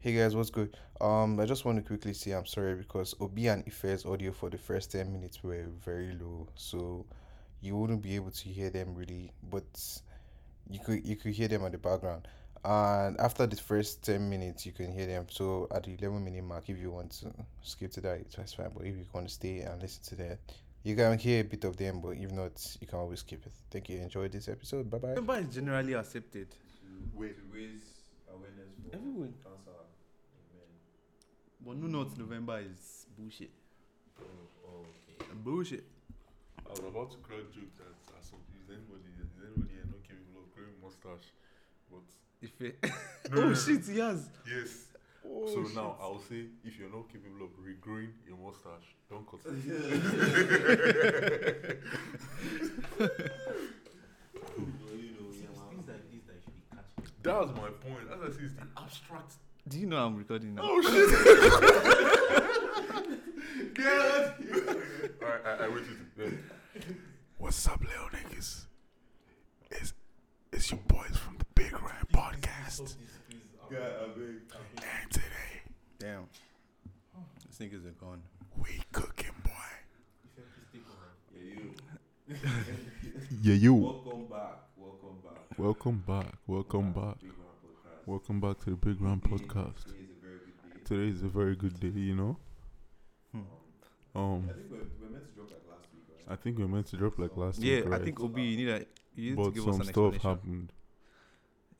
Hey guys, what's good? Um, I just want to quickly say I'm sorry because Obi and Ife's audio for the first 10 minutes were very low, so you wouldn't be able to hear them really, but you could you could hear them at the background. And after the first 10 minutes, you can hear them. So at the 11 minute mark, if you want to skip to that, it's fine. But if you want to stay and listen to that, you can hear a bit of them, but if not, you can always skip it. Thank you. Enjoy this episode. Bye bye. Remember, it's generally accepted. Wait. To raise awareness for Everyone. cancer in men. But no, not November is bullshit. Oh, okay. Bullshit. I was about to crack joke that as of, is anybody is anybody here not capable of growing mustache? But If it, oh shit, yes. yes. Oh, so shit. now I'll say if you're not capable of regrowing your mustache, don't cut it. That was my point. As I say, it's the abstract. Do you know I'm recording now? Oh shit! Get out! Alright, I, I went to What's up, little niggas? It's it's your boys from the Big Rand Podcast. And today Damn. This niggas are gone. we cooking, boy. Yeah, you. Welcome back. Welcome back. Welcome back. Big Rand Podcast. Welcome back. Welcome back to the Big Round Podcast. Today is a very good day. Today is a very good day, you know. Um, I think we're, we're meant to drop like last week, right? I think we're meant to drop like last Yeah, week, I right? think Obi, you need a, you need to but give us some an stuff explanation. happened.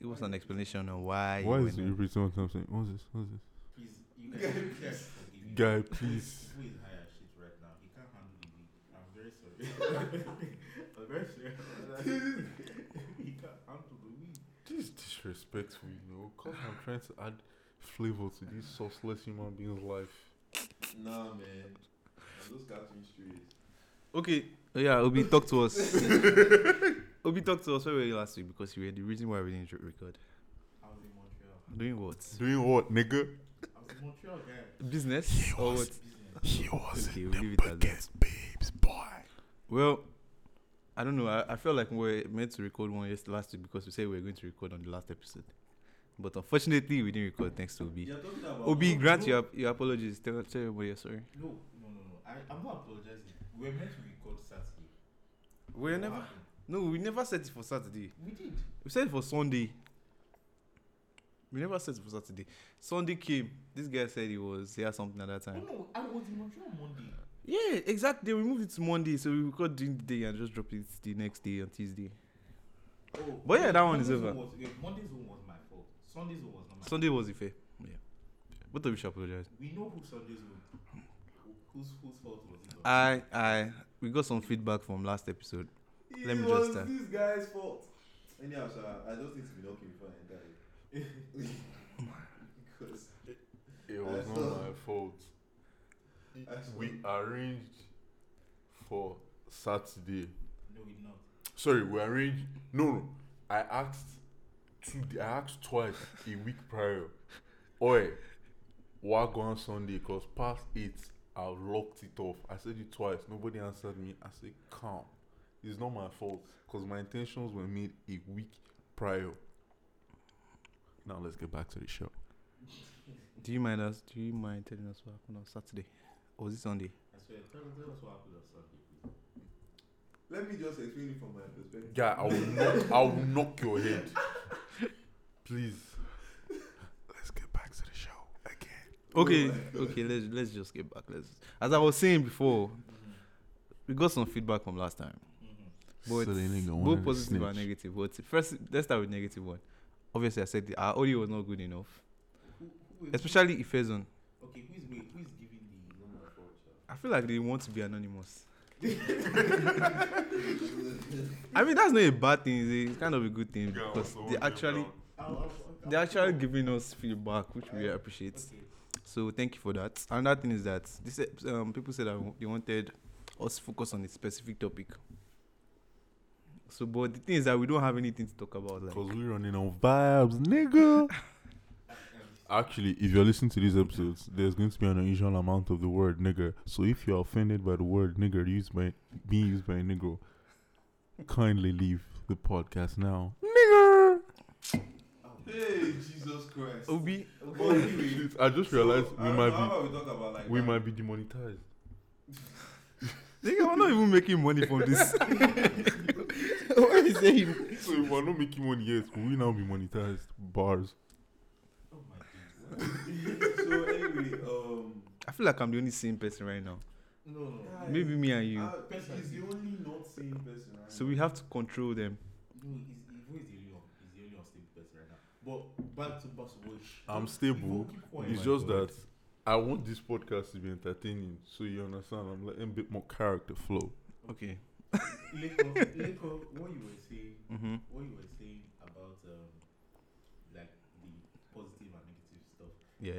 Give us an explanation on why. you Why went is you there. repeating what I'm saying? What's this? What's this? Please, you guys, you guys forgive me. Guy, please. Who is higher shit right now? He can't handle the week. I'm very sorry. I'm very sorry. he can't handle the week. This is disrespectful, you know. Cause I'm trying to add flavor to this sauceless human being's life. Nah, man. Those cartoon streets. Okay. Oh, yeah, Obi, talk to us. Obi, talk to us. Where were you last week? Because you were the reason why we didn't record. I was in Montreal. Doing what? Doing what, nigga? I was in Montreal, guy. Business or what? Business. He was Okay, we'll leave it as that. babes, boy. Well, I don't know. I, I felt like we were meant to record one yesterday last week because we said we were going to record on the last episode. But unfortunately, we didn't record thanks to Obi. You're talking about Obi, no, grant no, your, ap- your apologies. Tell, tell everybody you're sorry. No, no, no, no. I, I'm not apologizing. We were meant to record Saturday. We What never. happened? No, we never set it for Saturday. We did. We set it for Sunday. We never set it for Saturday. Sunday came. This guy said he was he had something at that Oh time. no, I was in Montreal Monday. Yeah, exactly. They removed it to Monday, so we record during the day and just drop it the next day on Tuesday. Oh, But yeah, that one is Monday's over. Was, yeah, Monday's one was my fault. Sunday's one was not my fault. Sunday was the fair. Yeah. Both of you should apologize. We know who Sunday's one. Whose whose fault was it? though? I I we got some feedback from last episode. Let me just start. this guy's fault. Anyhow, sha, I just need to be knocking before I enter it. because It was I not saw- my fault. I saw- We arranged for Saturday. No, we did not. Sorry, we arranged. No, no. I asked two. I asked twice a week prior. Oi, what going Sunday? Cause past eight, I locked it off. I said it twice. Nobody answered me. I said, calm. It's not my fault. Cause my intentions were made a week prior. Now let's get back to the show. Do you mind us? Do you mind telling us what happened on Saturday? Or was it Sunday? I swear, tell us tell us what happened on Sunday. please. let me just explain it from my perspective. Guy, I will knock. I will knock your head. Please. Let's get back to the show again. Okay, okay. Let's let's just get back. Let's. As I was saying before, we got some feedback from last time, but Mm-hmm. So they nigga wanted both to positive and snitch. negative. But first, let's start with negative one. Obviously, I said the, our audio was not good enough, Who, who is, especially Ifezon. okay, who is wait, who is giving the Not my fault, sha. I feel like they want to be anonymous. I mean, that's not a bad thing. It's kind of a good thing Guy, because also they won't actually give down. I'll, I'll, they're actually giving us feedback, which we appreciate. Okay. So thank you for that. Another thing is that this ep- um, people said that w- they wanted us to focus on a specific topic. So, but the thing is that we don't have anything to talk about. Like, Cause we running on vibes, nigga. Actually, if you're listening to these episodes, there's going to be an unusual amount of the word nigger. So if you're offended by the word nigger used by being used by a negro, kindly leave the podcast now. Nigger. Hey, Jesus Christ. Obi, Okay, anyway, I just realized So, I we don't know, how might about we talk about like be we that? might be demonetized. Nigga, we're not even making money from this. Why is he? So if we're not making money yet, will we now be monetized? Bars. Oh my god. so anyway, um, I feel like I'm the only sane person right now. no, no. Maybe me and you. Uh, person is the only not sane person right So now. we have to control them. No, he's, Ivo is the only un- he's the only unstable person right now. But back to basketball. sh- I'm Ivo, stable. keep quiet. It's my just God. that I want this podcast to be entertaining, so you understand. I'm letting a bit more character flow. Okay. Leko, Leko, what you were saying, Mm-hmm. what you were saying about um, like the positive and negative stuff. Yeah.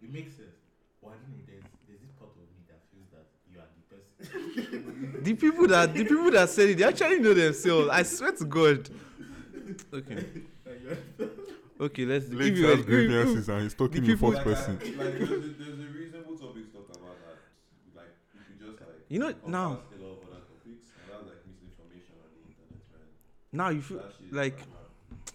It makes sense. But I don't know. There's there's this part of me that feels that you are the person. The people that the people that said it, they actually know themselves. I swear to God. Okay. That you are Okay. Let's. do- Lex you- has if- if- grievances and he's talking the in people- first person. Like, like there's, a, there's a reasonable topic to talk about that. Like, if you just like. You know, contrast now- A lot of other topics around like misinformation on the internet, right? Now you feel That shit is like bad, man.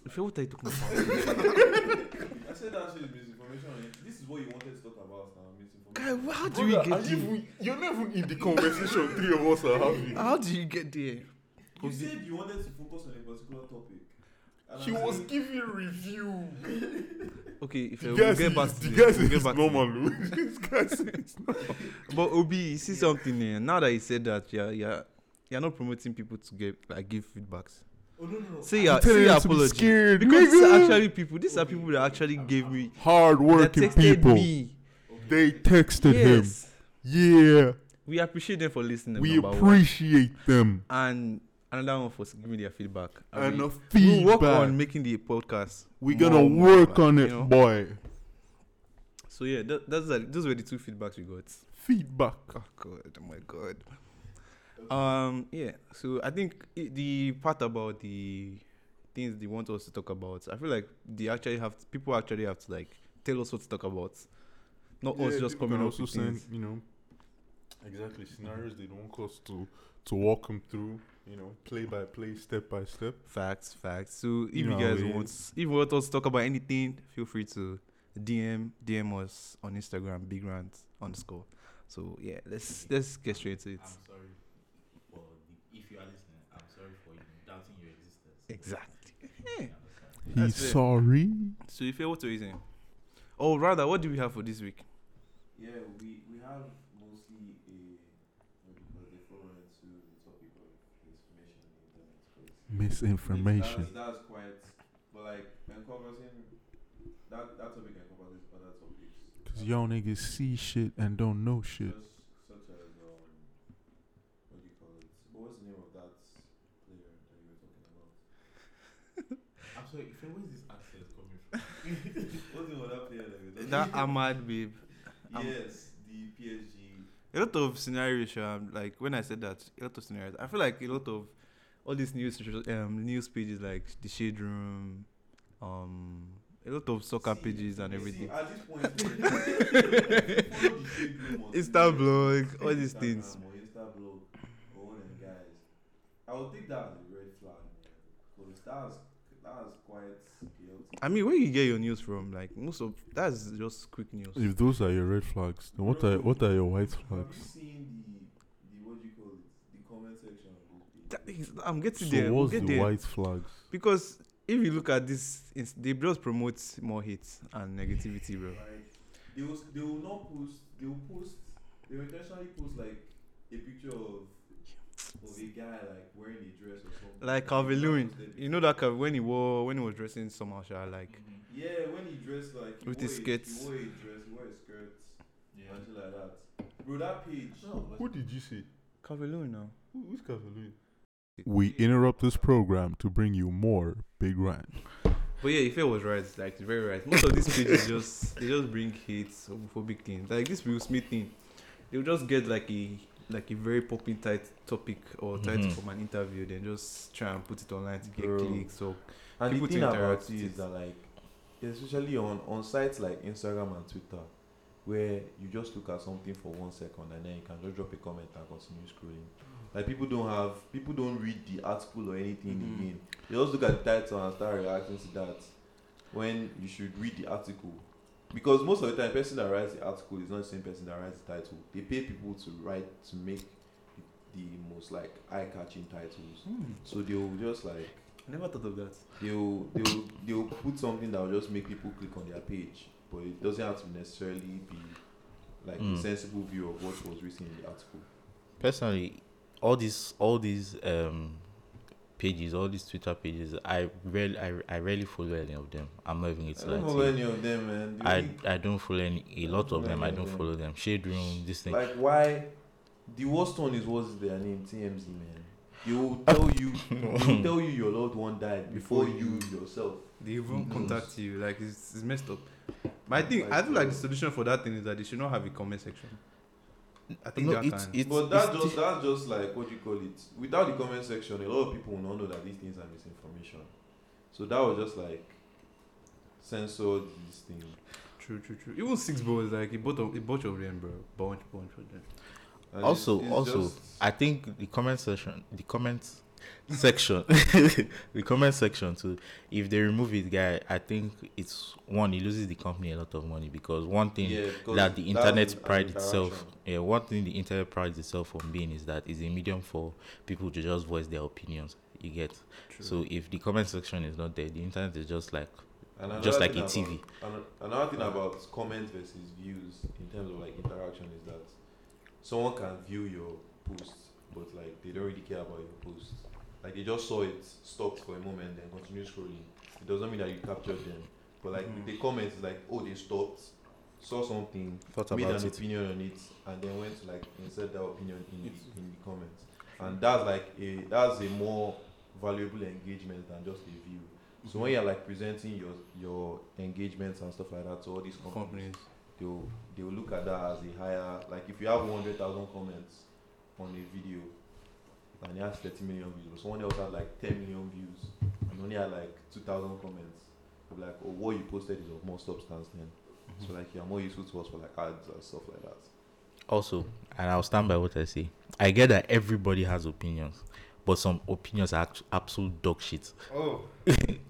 if you what are you talking about? I said that shit is misinformation. on the- This is what you wanted to talk about now. Guy, Misinformation. wh- how do we get and if here? we- you're not even in the conversation three of us are having. How do you get there? You said you wanted to focus on a particular topic. And She I'm was saying- giving review. Okay, if The we guy get back says- to the this, guy we'll says get back to it's this. normal. Lou. This guy says it's normal. But Obi, you see something here. Now that you said that, yeah, yeah, you're not promoting people to get like give feedbacks. Oh, no, no, no. Say your I'm telling say your you to be apology scared, because these are nigga. actually people. These are people that actually gave me hard that working texted people. me. They texted Yes, him. we appreciate them for listening. Yeah, we number one. appreciate them. and another one for giving their feedback. And And we, a we'll feedback. work on making the podcast. We're more gonna more work better, on you it, know? boy. So yeah, that, that's like, those were the two feedbacks we got. Feedback. Oh god, oh my god. Um, yeah. So I think i the part about the things they want us to talk about, I feel like they actually have people actually have to like tell us what to talk about, not us just people coming can up also with send, things. you know, exactly scenarios they don't want us to to walk them through. You know, play by play, step by step. Facts, facts. So if You you, know how guys it want, if you want us to talk about anything, feel free to DM DM us on Instagram, Big Rant underscore. So yeah, let's let's get straight to it. I'm sorry for the, if you are listening. I'm sorry for you doubting your existence. Exactly. You Yeah. understand? That's it. sorry. So if you're what you're using, oh rather, what do we have for this week? Yeah, we, we have mostly a what do you call it, a forum into the topic of misinformation in the internet space. Misinformation. That's, that's quite, but like encompassing that that topic encompasses other topics. Cause y'all niggas see shit and don't know shit. Just such as um, what do you call it? What was the name of that player that you were talking about? I'm sorry, Ife, where is this accent coming from? What's the name of that player that you were talking That Ahmad babe. I'm- Yes, the PSG. A lot of scenarios, um, like when I said that, a lot of scenarios. I feel like a lot of all these news um, news pages like the shade room, um, a lot of soccer See, pages and you everything. See, at this point, Insta Insta blog, all these things. Or Insta blog, or one of them guys. I would think that was a red flag, because that was that was quite chaotic. I mean, where you get your news from? Like most of that's just quick news. If those are your red flags, then what are what are your white Have you flags? seen the the what do you call it? The comment section of those people. That is- I'm getting So there. we'll what's get the there. white flags? Because if you look at this, it's, they just promote more hate and negativity, bro. Like they will they will not post they will post they will intentionally post like a picture of of a guy like wearing a dress or something. Like Calvin Lewin, you know that Calvin, when he wore when he was dressing somehow, sha, like Yeah, when he dressed like he With wore his a- skirts. he wore a dress, he wore a skirt, and shit like that. Bro, that page. Who did you see? Calvin Lewin now. Who, who's Cavalier? We interrupt this program to bring you more Big Rant. But yeah, Ife was right, like very right. Most of these pages just they just bring hate, homophobic things. Like this Will Smith thing, they'll just get like a like a very popping tight topic or title Mhm. from an interview, then just try and put it online to get Bro. clicks or And People the thing to about interact it with is that like, especially on on sites like Instagram and Twitter, where you just look at something for one second and then you can just drop a comment and continue scrolling. Like people don't have people don't read the article or anything Mm-hmm. Mhm. again. They just look at the title and start reacting to that. When you should read the article Because most of the time, person that writes the article is not the same person that writes the title. They pay people to write to make the most like eye-catching titles. So they will just like I never thought of that. they will they will they will put something that will just make people click on their page, but it doesn't have to necessarily be like a Mm. sensible view of what was written in the article. personally all these all these um pages all these twitter pages i rarely i, I rarely follow any of them i'm not even going I to don't lie follow to you. any of them, man. The I, only- I don't follow any a lot of follow them i any of don't them. follow them shade room this thing Like why? The worst one is what's their name? TMZ man. They will tell you. They will tell you your loved one died before you yourself. They even Mm-hmm. Mm. contact you. Like it's, it's messed up. But I think I feel like the solution for that thing is that they should not have a comment section. I think no that it's can. it's, but it's that's just that's just like what do you call it. Without the comment section, a lot of people will not know that these things are misinformation. So that was just like censor this thing. True, true, true. Even six boys, like a bunch of a bunch of them, bro. Bunch, bunch of them. And also it's- it's also just- i think the comment section the comments section the comment section too if they remove it guy i think it's one it loses the company a lot of money because one thing yeah, because that the that's internet an prides itself interaction. yeah one thing the internet prides itself on being is that it's a medium for people to just voice their opinions you get True. so if the comment section is not there the internet is just like And another just like thing a tv about- an- Another thing about comments versus views in terms of like interaction is that someone can view your post, but like they don't really care about your post. Like they just saw it, stopped for a moment, then continue scrolling. It doesn't mean that you captured them, but like with the comments, it's like oh they stopped, saw something, thought made about an it opinion on it, and then went to like insert that opinion in the, in the comments. And that's like a that's a more valuable engagement than just a view. So when you're like presenting your your engagements and stuff like that to all these companies, companies. they'll they'll look at that as a higher like if you have one hundred thousand comments on a video and it has thirty million views, but someone else had like ten million views and only had like two thousand comments, they'll be like, Oh what you posted is of more substance then. Mm-hmm. So like you're more useful to us for like ads and stuff like that. also and i'll stand by what i say i get that everybody has opinions but some opinions are act- absolute dog shit Oh,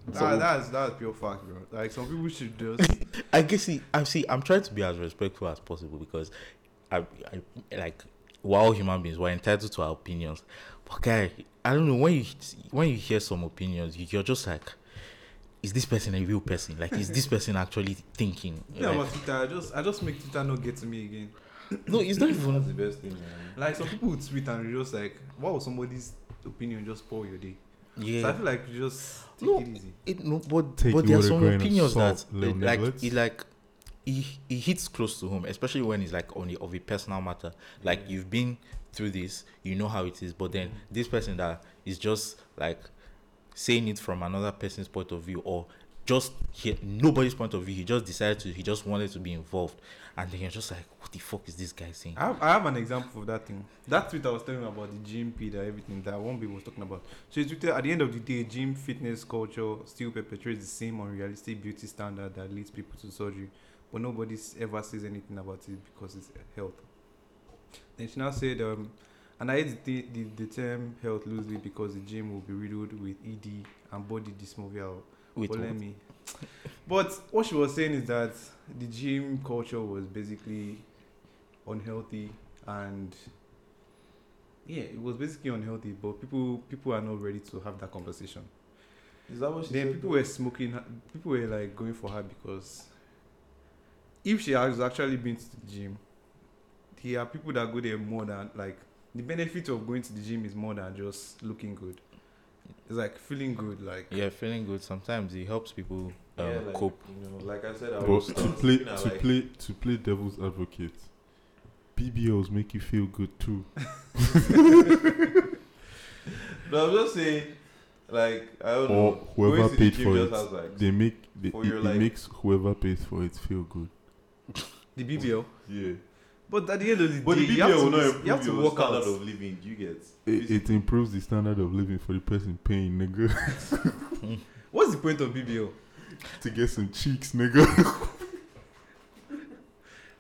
that, that's that's pure fact, bro. Like some people should just I guess see, I'm see, I'm trying to be as respectful as possible because I, I like we're all human beings. We're entitled to our opinions, but guy, I don't know when you when you hear some opinions, you, you're just like, is this person a real person? Like, is this person actually thinking? yeah, Like, about Twitter. I just I just make Twitter not get to me again. no, it's not even. That's the best thing, man. Like some people would tweet and you're just like, wow, somebody's opinion just spoil your day. So I Yeah, feel like you just take No, it easy. it, no, but Take but it there are with a some grain of opinions salt, that little it, like nigglets. it like. It, it hits close to home, especially when it's like on the, of a personal matter. Like you've been through this, you know how it is. But then this person that is just like saying it from another person's point of view or just he, nobody's point of view. He just decided to. He just wanted to be involved, and then you're just like, what the fuck is this guy Ah, saying? I have, I have an example of that thing. That tweet I was telling you about the gym, Peter, everything that one babe was talking about. She tweeted at the end of the day, gym fitness culture still perpetuates the same unrealistic beauty standard that leads people to surgery, but nobody s- ever says anything about it because it's health. Then she now said, um, and I hate the, the, the term health loosely because the gym will be riddled with ED and body dysmorphia or Wait, but what? let me. But what she was saying is that the gym culture was basically unhealthy and yeah, it was basically unhealthy. But people people are not ready to have that conversation. Is that what she Then said? people were smoking. People were like going for her because if she has actually been to the gym, there are people that go there more than like the benefit of going to the gym is more than just looking good. It's like feeling good, like yeah, feeling good. Sometimes it helps people um, yeah, like, cope. You know, like I said, I But was to play to play to play devil's advocate, BBLs make you feel good too. No, I'm just saying, like I don't Or know. whoever Going to the paid gym for just it, Has, like, They make they, For it, your it life. makes whoever pays for it feel good. the BBL. yeah, But at the end of the but day, the you have BBL will to, not be- improve you have to your work out. standard of living. You get It, it improves the standard of living for the person paying, nigga, What's the point of BBL? to get some cheeks, nigga.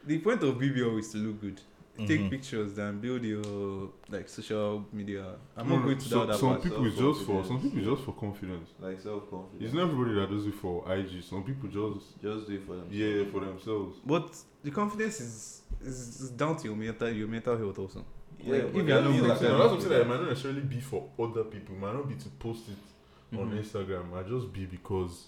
The point of BBL is to look good. Mm-hmm. take Mhm. pictures than build your like social media. I'm No, not no, going to some, that other Mm-hmm. Some part. people it's just for some self-confidence. people it's just for confidence. Like self confidence. It's not everybody that does it for IG. Some people just Just do it for them. yeah for themselves. But the confidence is, is is down to your mental your mental health also. Yeah, Like, but if there you're are not things No, good that's that at can what I'm be saying. that It done. might not necessarily be for other people. It might not be to post it Mm-hmm. on Mhm. Instagram. Might just be because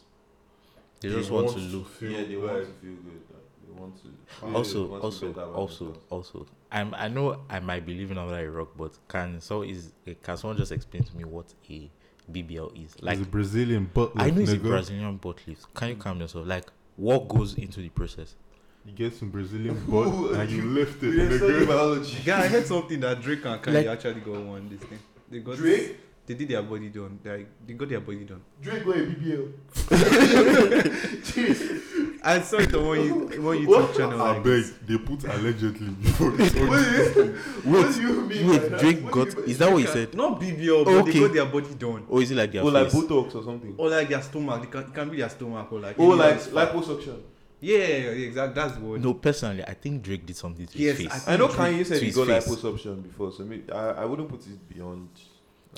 They just want to look. look. Feel Yeah, they like- want to feel good. Like, they want to. Yeah, they also, want to also, better about also, themselves. also. I'm. I know I might be living under a rock, but can so is eh, can someone just explain to me what a BBL is? Like He's a Brazilian butt I lift, know it's a nigga. Brazilian butt lift. Can you calm yourself? Like what goes into the process? You get some Brazilian butt and you lift it, Yeah, study nigga. biology. Guy, I heard something that Drake and Kanye Like- actually got one this thing. They got Drake? they did their body done. They, like, they got their body done. Drake going BBL. I saw it on one, you- one YouTube What? channel. I Like, beg, they put allegedly before this audio. What do you mean? by Wait, that? Drake What do got. you mean by- Is that what he said? Not BBL, but they Okay. got their body done. Or is it like their Oh, like face? Botox or something. Or like their stomach. They can, it can be their stomach or like. Oh, like anybody's fat. liposuction. Yeah, yeah, yeah, exactly. That's what. No, personally, I think Drake did something to Yes, his face. I know To- Kanye said to he his got face. liposuction before, so maybe I, I wouldn't put it beyond.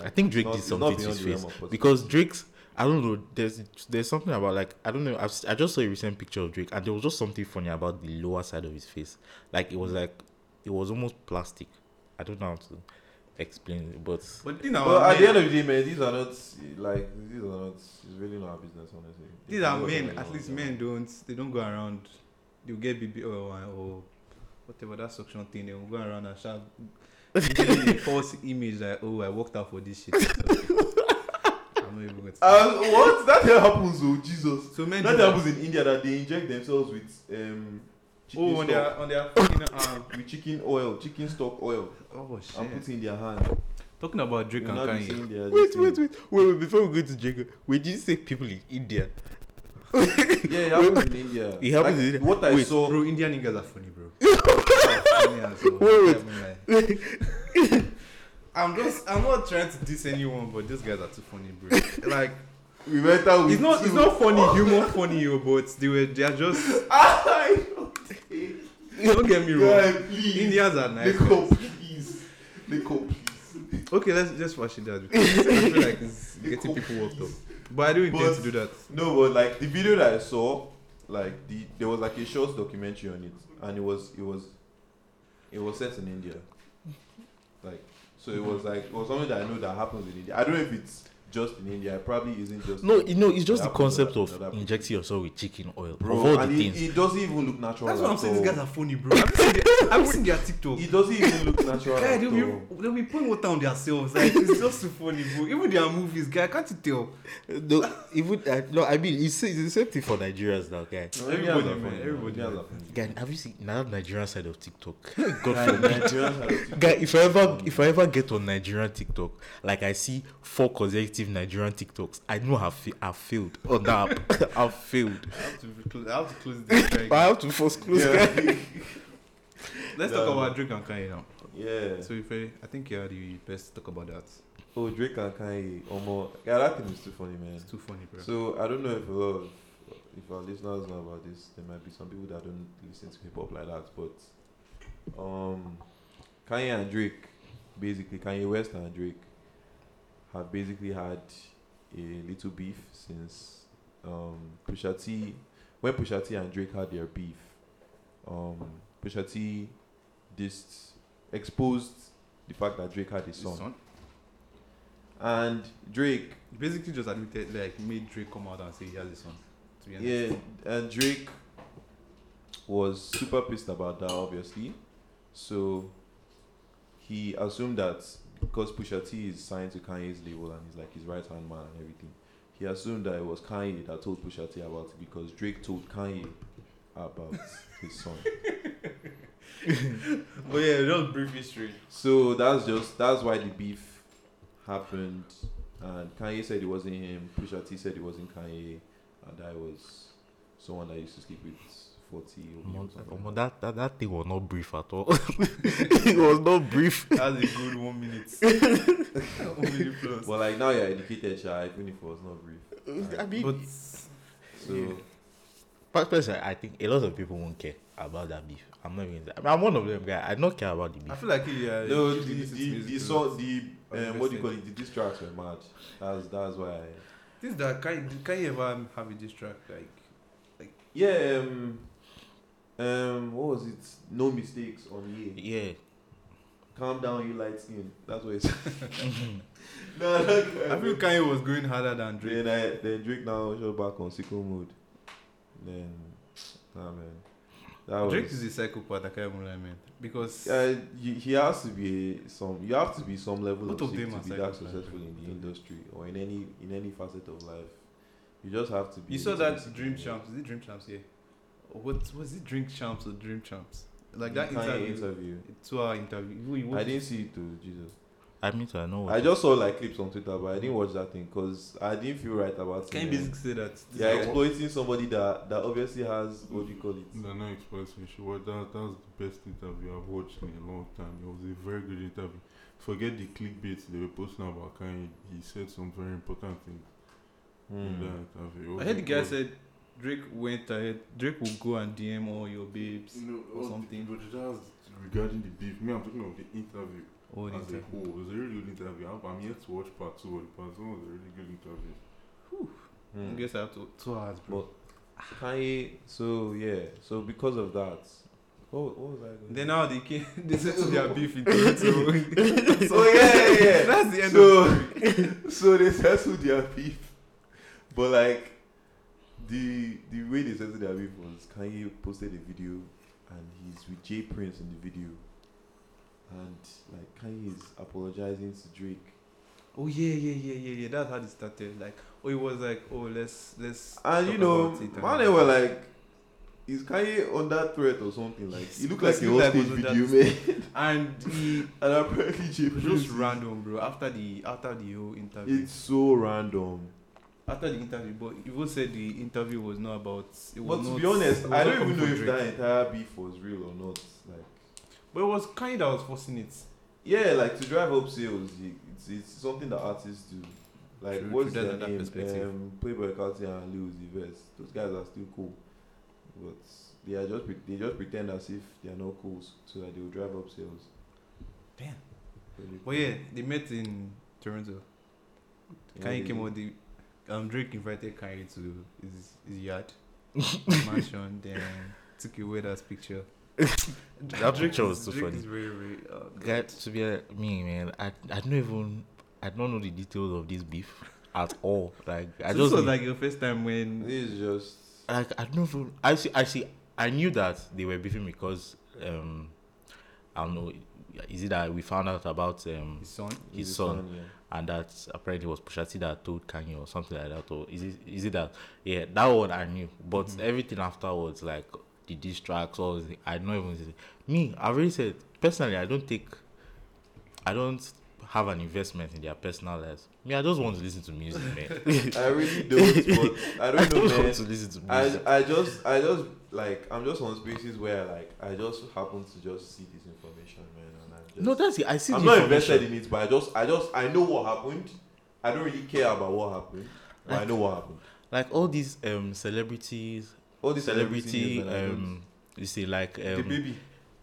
I think Drake not- did it's something to not beyond his the realm face of possibility. because Drake's. I don't know. There's there's something about like I don't know. I've, si just saw a recent picture of Drake, and there was just something funny about the lower side of his face. Like it was like it was almost plastic. I don't know how to explain it, but But the thing about But at the men- end of the day, man, these are not like these are not. It's really not our business, honestly. These They are do men. whatever At they least want. men don't. They don't go around. They'll get BBL or, or whatever that suction thing. They'll go around and shout. giving a false image like, oh, I worked out for this shit. I'm not even going to. Um, Uh, what? That thing happens, oh Jesus! so men. That do thing happens in India that they inject themselves with um chicken Oh, on stock, their on their fucking arm. with chicken oil, chicken stock oil, Oh and shit. put in their hand. Talking about Drake You'll and not be Kanye. seeing their- wait, wait, wait, wait, wait. Before we go to Jacob, wait, did you say people in India? Yeah, it happens in India. It happens Like, in India. What I Wait, saw. Bro, Indian niggas are funny, bro. Are funny as well. Wait, Yeah, I'm just I'm not trying to diss anyone, but these guys are too funny, bro. Like We went out with it's not it's two. not funny, humor funny, yo, but they were they are just I don't get me wrong. God, please. Indians are nice. Nico, please. Nico, please. Okay, let's just watch it that because I feel like it's getting people worked up. But I don't intend But- to do that. No, but like the video that I saw, like the there was like a short documentary on it, and it was it was it was set in India. Like so, it was like it was something that I know that happens in India. I don't know if it's just in India. It probably isn't just. No, in you know, it's just It the happens concept in of other places. injecting yourself with chicken oil. of Bro, all the and it, things, it doesn't even look natural. That's what I'm at saying. These all. guys are funny, bro. I've seen their, I've seen their TikTok. It doesn't even look natural. Guy, at they'll all. be, they'll be putting water on themselves. Like, it's just so funny, bro. Even their movies, guy, can't you tell? no, even uh, no. I mean, it's, it's the same thing for Nigerians now, guy. No, Everybody, Indians are man, funny, everybody. Indians are funny. Guy, have you seen another Nigerian side of TikTok? God Like, forbid. Nigerians are stupid. Guy, if I ever if I ever get on Nigerian TikTok, like I see four consecutive Nigerian TikToks, I know I've fa- I've failed on that. app. I've failed. I have to, close, I have to close this. But I have to first close. guy. Yeah. Let's No. talk about Drake and Kanye now. yeah. So, if I, I think you're the best to talk about that. Oh, Drake and Kanye, Omo. Yeah, that thing is too funny, man. It's too funny, bro. So I don't know if a lot of if our listeners know about this. There might be some people that don't listen to hip hop like that, but um, Kanye and Drake, basically Kanye West and Drake, have basically had a little beef since um Pusha T, when Pusha T and Drake had their beef, um Pusha T, dissed exposed the fact that Drake had a His son, son. and Drake Basically, just admitted, like, made Drake come out and say he has a son. To be honest. Yeah, and Drake was super pissed about that, obviously. So he assumed that because Pusha T is signed to Kanye's label and he's like his right hand man and everything, he assumed that it was Kanye that told Pusha T about it because Drake told Kanye about his son. But yeah, just brief history. So that's just that's why the beef happened, and Kanye said it wasn't him. Pusha T said it wasn't Kanye, and that it was someone that used to sleep with forty. or Omo, something like omo, that, that. that that thing was not brief at all. it was not brief. That's a good one minute. one minute plus. But like now you're educated, child, even if it was not brief. I mean, But, So Yeah. But personally, I think a lot of people won't care about that beef. I'm not even. I mean, I'm one of them guy. I don't care about the I beef. feel like uh, yeah. you No, the should be the, listening the, to the music a song, lot. the um, what do Obviously. you call it? The diss tracks were mad. That's that's why. I, Things that can can you ever have a diss track like yeah. Um, um, what was it? No mistakes on ye. Yeah. Calm down, you light skin. That's what it's. no, no, I feel Kanye was going harder than Drake. Then I then Drake now show back on sickle mood. Then nah man. That was Drake is a psychopath, I can't even lie, man. Because yeah, you, Uh, he has to be some you have to be some level Both of of sick them to are be that psychopaths, successful in the yeah. industry or in any in any facet of life. You just have to be you saw to be that sick Dream in it. Champs, is it Dream Champs? Yeah. What was it? Dream Champs or Dream Champs? Like that Kanye interview, interview. two-hour interview. You- you I watched- didn't see it too, Jesus. I mean, I know. What I just saw like clips on Twitter, but I didn't watch that thing because I didn't feel right about Can you it. man. basically say that? this Yeah, guy- exploiting somebody that that obviously has what do you call it? No, no expressing. She was that. That's the best interview I've watched in a long time. It was a very good interview. Forget the clickbait they were posting about Kanye. He said some very important things in Hmm. that interview. It I was heard the a guy good- said Drake went ahead. Drake will go and DM all your babes. no, or all the- something. But that's regarding the beef. Me, I'm talking of the interview All the as a time. whole. It was a really good interview. I'm, I'm yet to watch part two. But part one was a really good interview. Hmm. I guess I have to two hours, bro. But Kanye, so yeah, so because of that, what, what was I going Then now they came, they settled their beef into it. So, So Oh, yeah, yeah, yeah. that's the end of so, so they settled their beef, but like the the way they settled their beef was Kanye posted a video and he's with Jay Prince in the video, and like Kanye is apologizing to Drake. Oh yeah, yeah, yeah, yeah, yeah. That's how it started. Like, oh, it was like, oh, let's let's. And you talk know, about it and- man, they were like, is Kanye under threat or something? Like, Yes, it looked like because a it looked like hostage it was video, under- man. and he and apparently, Jay it was Prince. just random, bro. After the after the whole interview, It's so random. after the interview, but even said the interview was not about. It was But to not- be honest, it was not I don't even know if complimentary. that entire beef was real or not. Like, But it was kind of forcing it. yeah, like to drive up sales, y- it's, it's something that artists do. Like, True, what's true, that's their another name? perspective. Um, Playboy Carti and Lil Uzi Vert. Those guys are still cool, but they are just pre- they just pretend as if they are not cool so that they will drive up sales. Damn. Really But cool. yeah, they met in Toronto. Yeah, Kanye they came did. on the. Um, Drake invited Kanye to his, his yard, mansion, then took away that picture. That picture was too Drake funny. Is very, very, uh, guy, to be uh, me, man, I, I don't even. I don't know the details of this beef at all. Like, I so just. this was knew- like your first time when This is just like I don't know. if- I see. I see. I knew that they were beefing because um, I don't know. Is it that we found out about um his son. His it's son. fun, yeah. and that apparently it was Pusha T that told Kanye or something like that or is it is it that yeah that one I knew but Mm-hmm. Mhm. everything afterwards like the diss tracks all the, I don't even me I already said personally I don't take I don't have an investment in their personal lives me I just want to listen to music man I really don't, but I I don't know, don't man. want to listen to music I, I just I just like I'm just on spaces where like I just happen to just see this information, man, and I'm just no that's it I see I'm the not information. invested in it, but I just I just I know what happened. I don't really care about what happened, but I know what happened. like all these um celebrities All the celebrity um you see like the um baby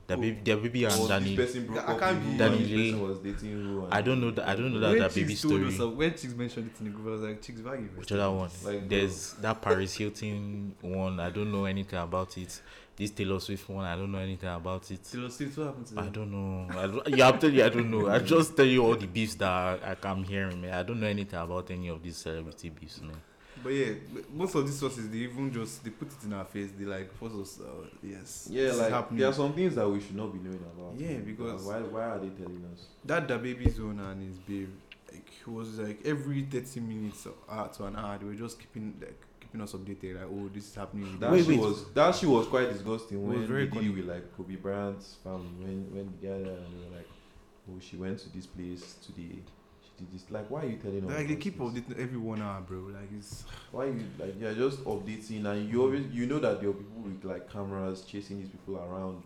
the baby the baby or and this Danny person broke I up can't with who, be- and this Danny person was dating who. and- I don't know that I don't know that, when that baby Chicks told story us, uh, when Chicks mentioned it in the group, I was like, Chicks, why you Which other one? Like, There's that Paris Hilton one. I don't know anything about it. This Taylor Swift one. I don't know anything about it. Taylor Swift, what happened to I them? don't know. I don't, yeah, I'm telling you, I don't know. I just tell you all the beefs that I, I'm hearing, man. I don't know anything about any of these celebrity beefs, man. But yeah, m- most of these sources they even just they put it in our face. They like force us. Uh, yes. Yeah, this is like happening. there are some things that we should not be knowing about. Yeah, man. because- why why are they telling us? that the baby zone and his babe, like he was like every thirty minutes or hour to an hour, they were just keeping like keeping us updated. Like, oh, this is happening. That Wait, shit wait. was that shit was quite disgusting was when very they did it funny. with like Kobe Bryant's family when when the guy died and they were like, oh she went to this place today, she did this. Like why are you telling us? Like they keep updating every one hour, bro. Like it's Why you like you're just updating and you always you know that there are people with like cameras chasing these people around.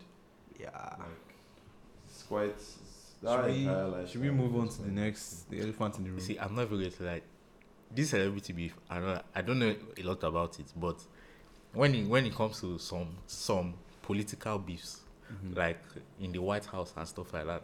yeah. Like it's quite. it's- Should That we, entire life should we move on to the next the elephant in the room? You see, I'm not even going to like this celebrity beef. I don't, I don't know a lot about it, but when it, when it comes to some some political beefs, Mm-hmm. like in the White House and stuff like that,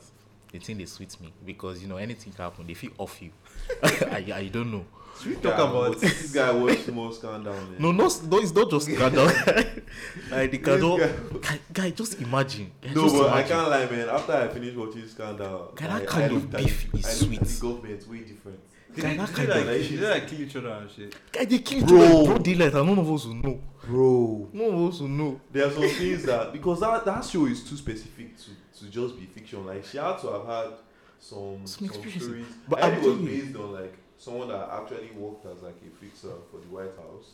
the thing they sweet me because you know anything can happen. They feel off you. I, I don't know. Should we talk about this guy watched more scandal? Man. No, no, no. It's not just scandal. like the candle, guy, guy, just imagine. Guy, No, just but I imagine. can't lie, man. After I finished watching Scandal, Guy, I, that I kind of looked at- beef is I looked sweet. At the government way different. Did Guy, they, that did kind they, of like, like did they like kill each other and shit? Guy, they kill each Bro. other in broad daylight and none of us will know. bro. No one of us will know. There are some things that because that, that show is too specific to, to just be fiction. Like she had to have had some Some some, experience. stories. But I I'm think it was telling you- based on like someone that actually worked as like a fixer for the White House.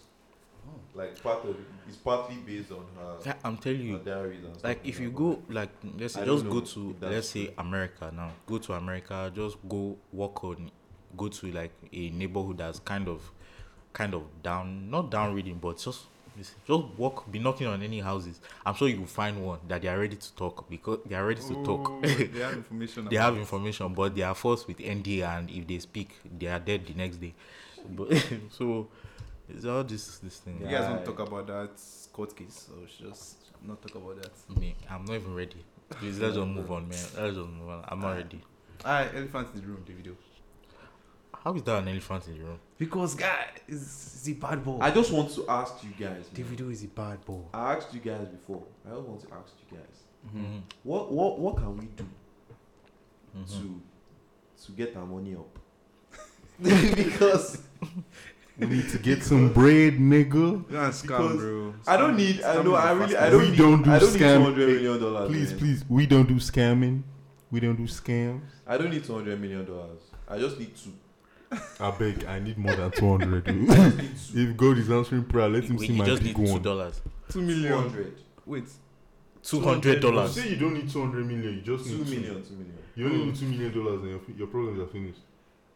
Oh. Like part of it's partly based on her, Guy, I'm telling her you. diaries and stuff. Like if that, you but- go like let's say I just don't go know to if that's let's say true. America now. Go to America, just go walk on go to like a neighborhood that's kind of kind of down not down reading but just just walk be knocking on any houses. I'm sure you will find one that they are ready to talk because they are ready to Oh, talk. they have information. they have information but they are forced with NDA and if they speak they are dead the next day. But so it's all this this thing. You guys won't talk about that court case, so we should just not talk about that. Me, I'm not even ready. Please let's just move on, man. Let's just move on. I'm not Ah. ready. Alright, Ah, elephant in the room, the video. How is that an elephant in the room? Because guy is the bad boy. I just want to ask you guys. man. is a bad boy. I asked you guys before. I just want to ask you guys. Mm-hmm. Mhm. What what what can we do Mhm. to to get our money up? because We need to get some bread, nigga. You are scam, Because bro. I don't Scam- need. I scam is know. the I really. I fastest don't. We Need, don't do I don't scam. need two hundred million dollars. Please, man. please, we don't do scamming. We don't do scams. I don't need two hundred million dollars. I just need two. I beg, I need more than 200. I just need two. if God is answering prayer, let him We- see you my just big need two one. dollars. Two Two hundred. Wait, Two hundred dollars. Say you don't need 200 million, you just Two need million. Two million. You only need 2 million dollars and your, your problems are finished.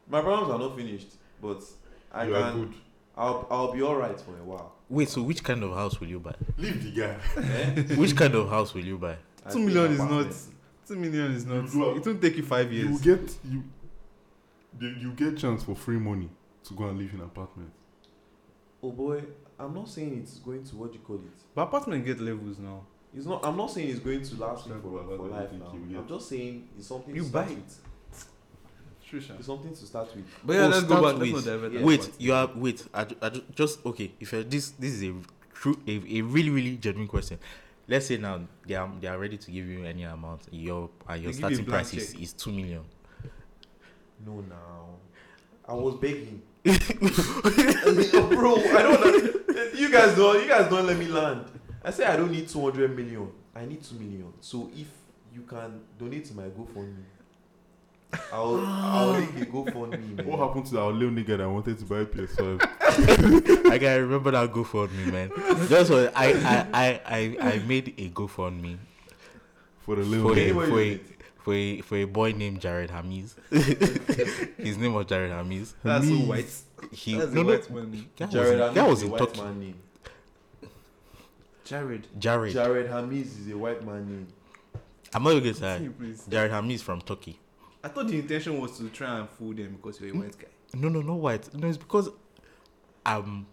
My problems are not finished, but I you are can. good. I'll I'll be all right for a while. Wait, so which kind of house will you buy? Leave the guy. Eh? Which kind of house will you buy? I Two think million is I'll not. pass two million is not. You are- It won't take you five You years. get you you you get chance for free money to go and live in apartment. it. Oh boy, I'm not saying it's going to what you call it. But apartment get levels now. It's not. I'm not saying it's going to last me Sorry, for, Baba, for I don't life think now. you will. I'm just saying it's something. You to start buy it. with. Trisha. It's something to start with. But yeah, Oh, let's go start back. Let's with- not divert. Yeah. Wait, you are wait. I, ju- I ju- just okay. If you're, this this is a true a, a really really genuine question. Let's say now they are they are ready to give you any amount. Your and your They give you a starting blank price is, check. is two million. No, now. I was begging. Wait, Bro, I don't. You guys don't. You guys don't let me land. I say I don't need two hundred million. I need two million. So if you can donate to my GoFundMe, I'll I'll make a GoFundMe. Man. What happened to our little nigga that wanted to buy PS5? I gotta remember that GoFundMe, man. That's what I I, I, I, I made a GoFundMe For the little for nigga. a, Anyway, for, you a, for, a, for a boy named Jared Hamiz. His name was Jared Hamiz. That's so Me. white. He That's no a no white man. that Jared was, Hamiz that is was a in white Turkey. man name. Jared. Jared. Jared Hamiz is a white man name. I'm not even continue, saying please. Jared Hamiz from Turkey. I thought the intention was to try and fool them because you're a white guy. No no no white. No, it's because um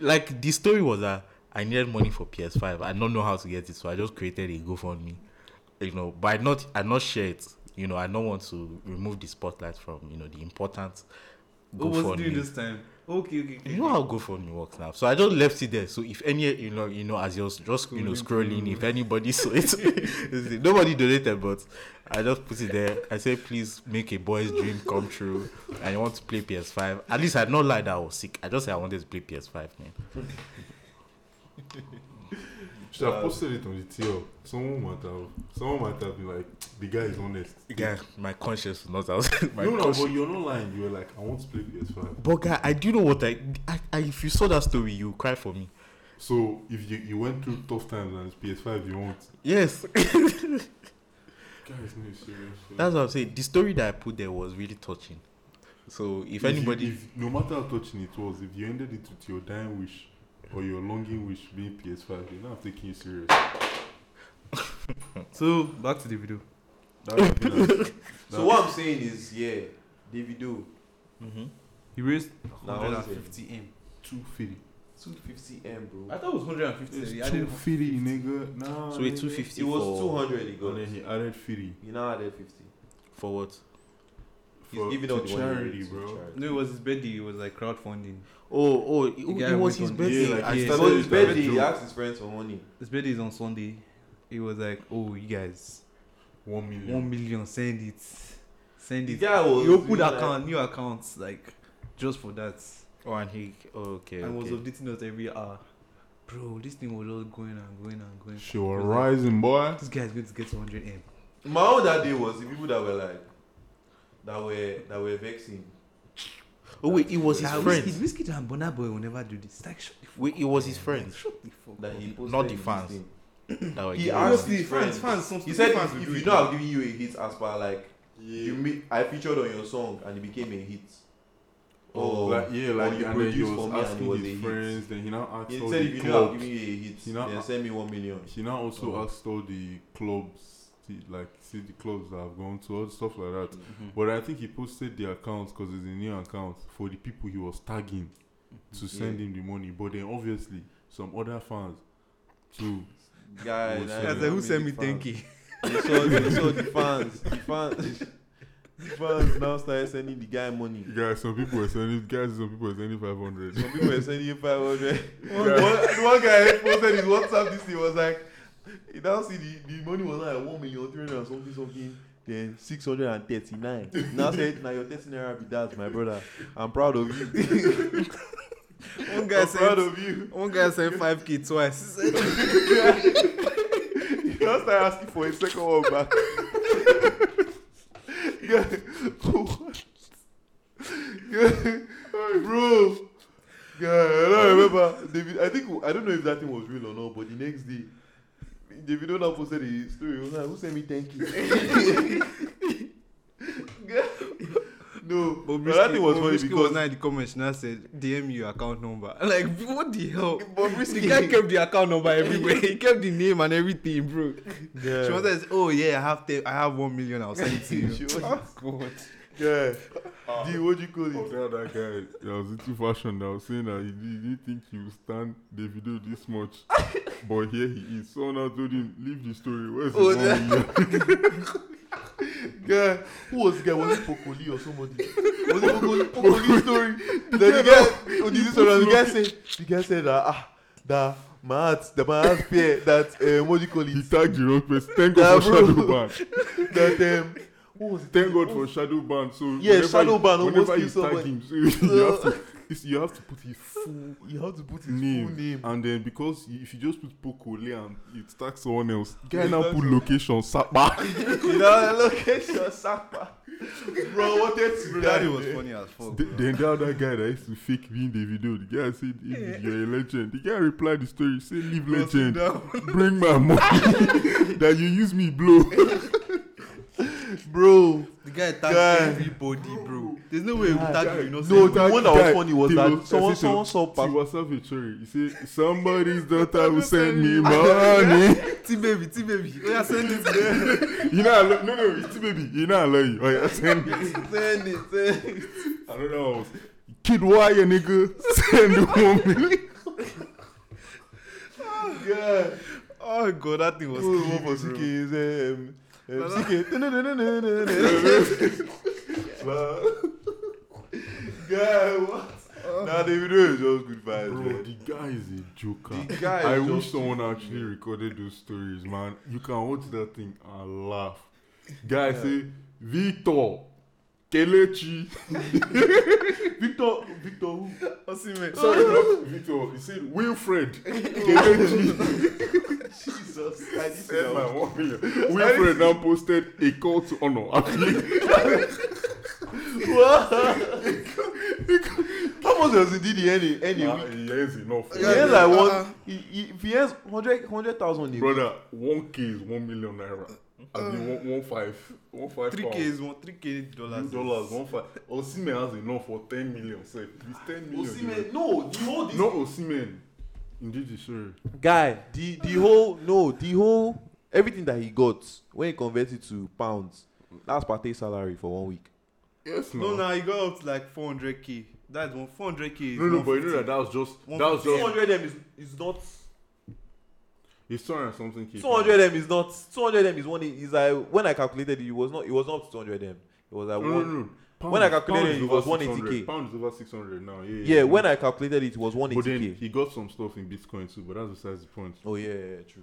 like the story was that I needed money for PS5. I don't know how to get it, so I just created a GoFundMe. You know, but I not I not share it. You know, I don't want to remove the spotlight from you know the important. Oh, was it GoFundMe. doing this time? Okay, okay, okay. You know how GoFundMe works now. So I just left it there. So if any, you know, you know, as you're just you know Scrolling scrolling, if anybody saw it, it's- nobody donated, but I just put it there. I said, please make a boy's dream come true, and you want to play PS5. At least I not lied that I was sick. I just said I wanted to play PS5, man. Should have posted it on the TL. Someone might have someone might have been like, the guy is honest. Yeah, my conscience was not out. my no, no, conscience- but you're not lying. You were like, I want to play PS5. But guy, I do know what I, I, I. If you saw that story, you cry for me. So if you, you went through tough times and it's PS5 you want, Yes, guys, no, it's serious. that's what I'm saying. The story that I put there was really touching. So if you- anybody, if, no matter how touching it was, if you ended it with your dying wish or your longing wish being PS5, you're not taking it serious. So back to the video. That would be like, So what I'm saying is, yeah, Davido. Mhm. He raised Now, what is it? 150 m. 250. 250 M, bro. I thought it was 150. It's He added 250, nigga. Nah. So nigga. it's 250 It was for, 200 he And got. then he added 50. He now added 50. for what? He's for- giving to out the money charity, to bro. charity. No, it was his birthday. It was like crowdfunding. Oh, oh, it, The guy it was went his on- birthday. yeah, like, I yeah. It started was his his birthday. birthday. He asked his friends for money. His birthday is on Sunday. He was like, "Oh, you guys, 1 million. one million, send it, send The it." guy was. he opened doing like- account, new accounts, like just for that, Oh, and he. Oh, okay. and was okay. updating us every hour. Bro, this thing was just going and going and going. She was rising, boy. This guy is going to get 200 m. My own that day was the people that were like, that were that were vexing. Oh wait, it was his Like, friends. Whiskey, Whiskey and Bonner Boy will never do this. Like, shut the fuck Wait, it was his friends Shut the fuck That he posted Not the in his fans. thing. that were He giving asked money. his friends. some He said, fans if, will if do you it. know I've given you a hit as per like you made, I featured on your song and it became a hit. Oh, Or- like, yeah, like, or and then you he produced for was me and it asking was a his hit. friends, then he now asked he all said the if you know I've clubs. given you a hit, You know, then I- send me one million. He now also Oh. asked all the clubs, the, like, see the clubs that I've gone to, all the stuff like that. Mm-hmm. Mhm. But I think he posted the accounts because it's a new account for the people he was tagging Mm-hmm. to send him the money. But then obviously some other fans too. Guy, Who nah, said- you Guys, know who sent me the fans. thank you? They saw, they saw the fans. The fans. The fans now started sending the guy money. Guys, some people were sending guys, some people were sending five hundred. Some people were sending him 500. Yeah. one, one- one guy posted his WhatsApp this thing was like, you now see the, the money was like 1 million 300 and something something, then 639. now said, now your 30 naira be that, my brother. I'm proud of you. One guy I'm proud sent, of you. one guy sent 5k twice. You now start asking for a second one back. yeah. What? Yeah. Bro. Yeah, I don't remember. David, I think I don't know if that thing was real or not, but the next day, David now posted the story. He was like, Who sent me thank you? no, but, that thing was funny Bobrisky was because not in the comments. Now said, DM your account number. Like, what the hell? Bobrisky- The guy kept the account number everywhere. he kept the name and everything, bro. She was like, oh yeah, I have te- I have one million. I'll send it to She you. was- God. yeah, the what do you call it? Ah. That, that guy that was into fashion that was saying that he, did- he didn't think he would stand the video this much, but here he is. So now told him, Leave the story. Where's the Oh, one million? guy, who was the guy? Was it Pokoli or somebody? Was it Pokoli, Pokoli story? Then the guy, oh, did this one, and the guy said, the guy said that, ah, that my heart, that my heart fear that, um, what do you call He it? tagged the wrong person. Thank God for Yeah, shadow bro. ban. That, um, what was it? Thank God for shadow ban. So Yeah, whenever shadow you- ban almost Whenever you killed tag somebody. Uh. him, so you have to it's, you have to put his full You have to put his full name, name. and then because you- if you just put Pokole and you tag someone else, guy Yeah, now tag put location Sapa. you know, the location, Sapa. Bro, what else? Bro, That was funny as fuck. Th- then the other guy that used to fake being the video, the guy said, "Ibis, "You're a legend." The guy replied the story, "Say leave legend, bring my money that you use me blow." Bro, The guy tagged Guy. everybody, bro. There's no way we Ah, Guy. tag you. you know, No, send the That one that was guy, funny was he that was- I someone, said someone to- saw He Papa. was savage. He said, "Somebody's daughter will send me money." T baby, T baby. Oh yeah, send it. You know, I lo- no, no, it's baby. You know, I love you. Oh, yeah, send me. Send it, eh? send it. I don't know. Kid, why you nigga? Send the woman. Yeah. Oh god, that thing was. Who clean, won for bro. CK is um, um, No, no. CK. Wow. Guy, what? Nah, the video is just good vibes, Bro, man. the guy is a joker. The guy I is wish just- someone actually recorded those stories, man. You can watch that thing and laugh. Guy say, Victor, Kelechi. Victor, Victor, who? Osimhen. Sorry, not Victor. He said, Wilfred, Kelechi. Jesus, I just Said my one million. Wilfred now posted a call to honor. How much does he did the any any Ah, week? he earns enough. He has like one. He, he, if he has hundred hundred thousand a week, Brother, 1K is 1 million naira. I Uh. mean, one, one five, one five Three pounds. k is one. Three k dollars. dollars, one five. Osimhen has enough for non, ten million. So if it's ten million. Osimhen, no, the whole yeah. this No Osimhen. Indeed, is sure. guy, the the whole no, the whole everything that he got when he converted to pounds, that's Pate's salary for one week. Yes, No, no. now he got up to like 400k. That's one four hundred k. No, no, non, but you know that that was just that was just 200 m is, is not it's two hundred something k. 200 m is not 200 m is one is I when I calculated it, it was not it was not up to 200 m. It was like No, no, one no. Pound, bon. When I is- pound calculated is it, it over was 180K. 600. Pound is over six hundred now. Yeah, Yeah, when I calculated it, it was but then 180k. he got some stuff in Bitcoin too, but that's besides the point. Oh yeah, yeah, yeah, true.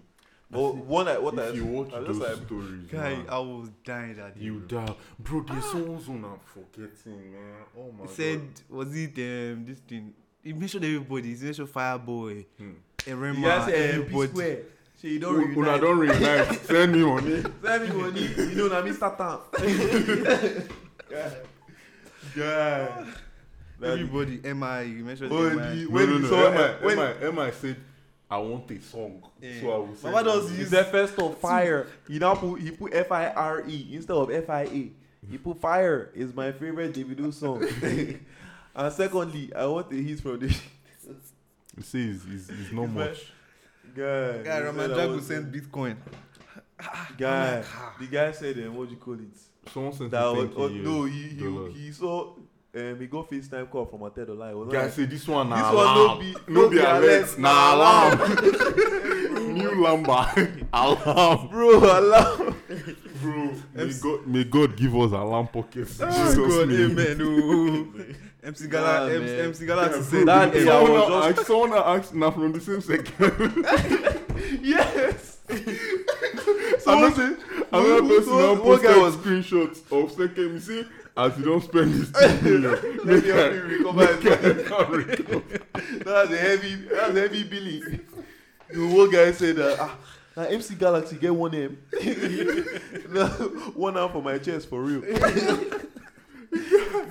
That's But it. one I what I if you watch I was those just like, stories, guy. man, I was dying that day. you bro. die, bro. There's Ah. someone zone I'm forgetting, man. Oh my He god. said, was it um, this thing? He mentioned everybody. He mentioned Fireboy, Hmm. Erema, yeah, everybody. So you don't Una reunite. don't reunite. Send me money. Send me money. You know, na me start am. Yeah. Everybody, MI. He mentioned Oh, MI. the- When When no, you no, saw no. when- Emma, Emma, Emma said, I want a song, Eh, Yeah. so I will sing. Mama does it. use- He's the first on fire. He now put he put F I R E instead of F I A. He put fire is my favorite Davido song. and secondly, I want the hit from this You see, it's, it's, it's not It's much. Guy, guy. He said I Ramajago want sent the- Bitcoin. Guy, the guy said, um, what do you call it? Someone sent That me was, 10K oh, no, US he he, dollars. he saw um, he got FaceTime call from a third line. It was not Guy like- say this one na This one no alarm. be- No no be be alert, alert, na alarm. New number, alarm, bro, allow bro. May God, may God give us alarm pockets. in Jesus Oh, God, name. amen. oh. MC Gala, Yeah, MC, man. MC Gala to say That day I Someone was now just ask- Someone now asked, na from the same second. yes. I'm so not saying I'm not who- posting now who- what posted guy was- screenshots of second. You see, as you don't ah, spend this two million, let me help you recover. his money. recover. that's a heavy that's a heavy billing the one guy said uh, ah na mc galaxy get one m na one arm for my chest for real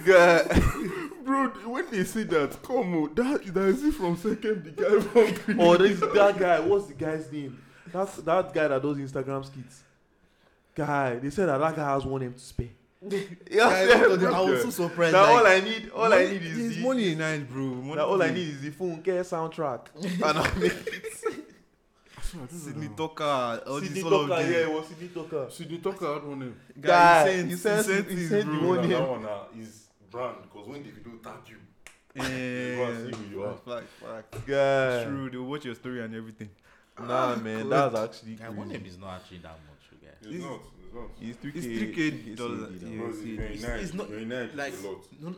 guy Bro, when they say that, come on, that, that is it from second, the guy from or oh, this that guy what's the guy's name that that guy that does instagram skits guy they said that that guy has one m to spare I, yeah, was- I was so surprised. na all like, i need all i need is it's the money in hand, bro. Money na all i need is the funke soundtrack and i make Sydney Tucker, all sydney this all of tucker yeah it them. was sydney tucker Sydney Tucker had one name. Guy, he sent- he he sent- sent he his, sent the bro. one name. one uh, is brand because when Davido tag you, Yeah, see who you are. fact, fact. guy True, they watch your story and everything. Nah, man, that's actually Guy, crazy. one name is not actually that much, guy. it's This- not. It's not. It's three It's K 3k it's dollars. AD now. Yeah, Bro, it's- if you're in it's- night, it's not- you're in night, Like, it's a lot. no, no,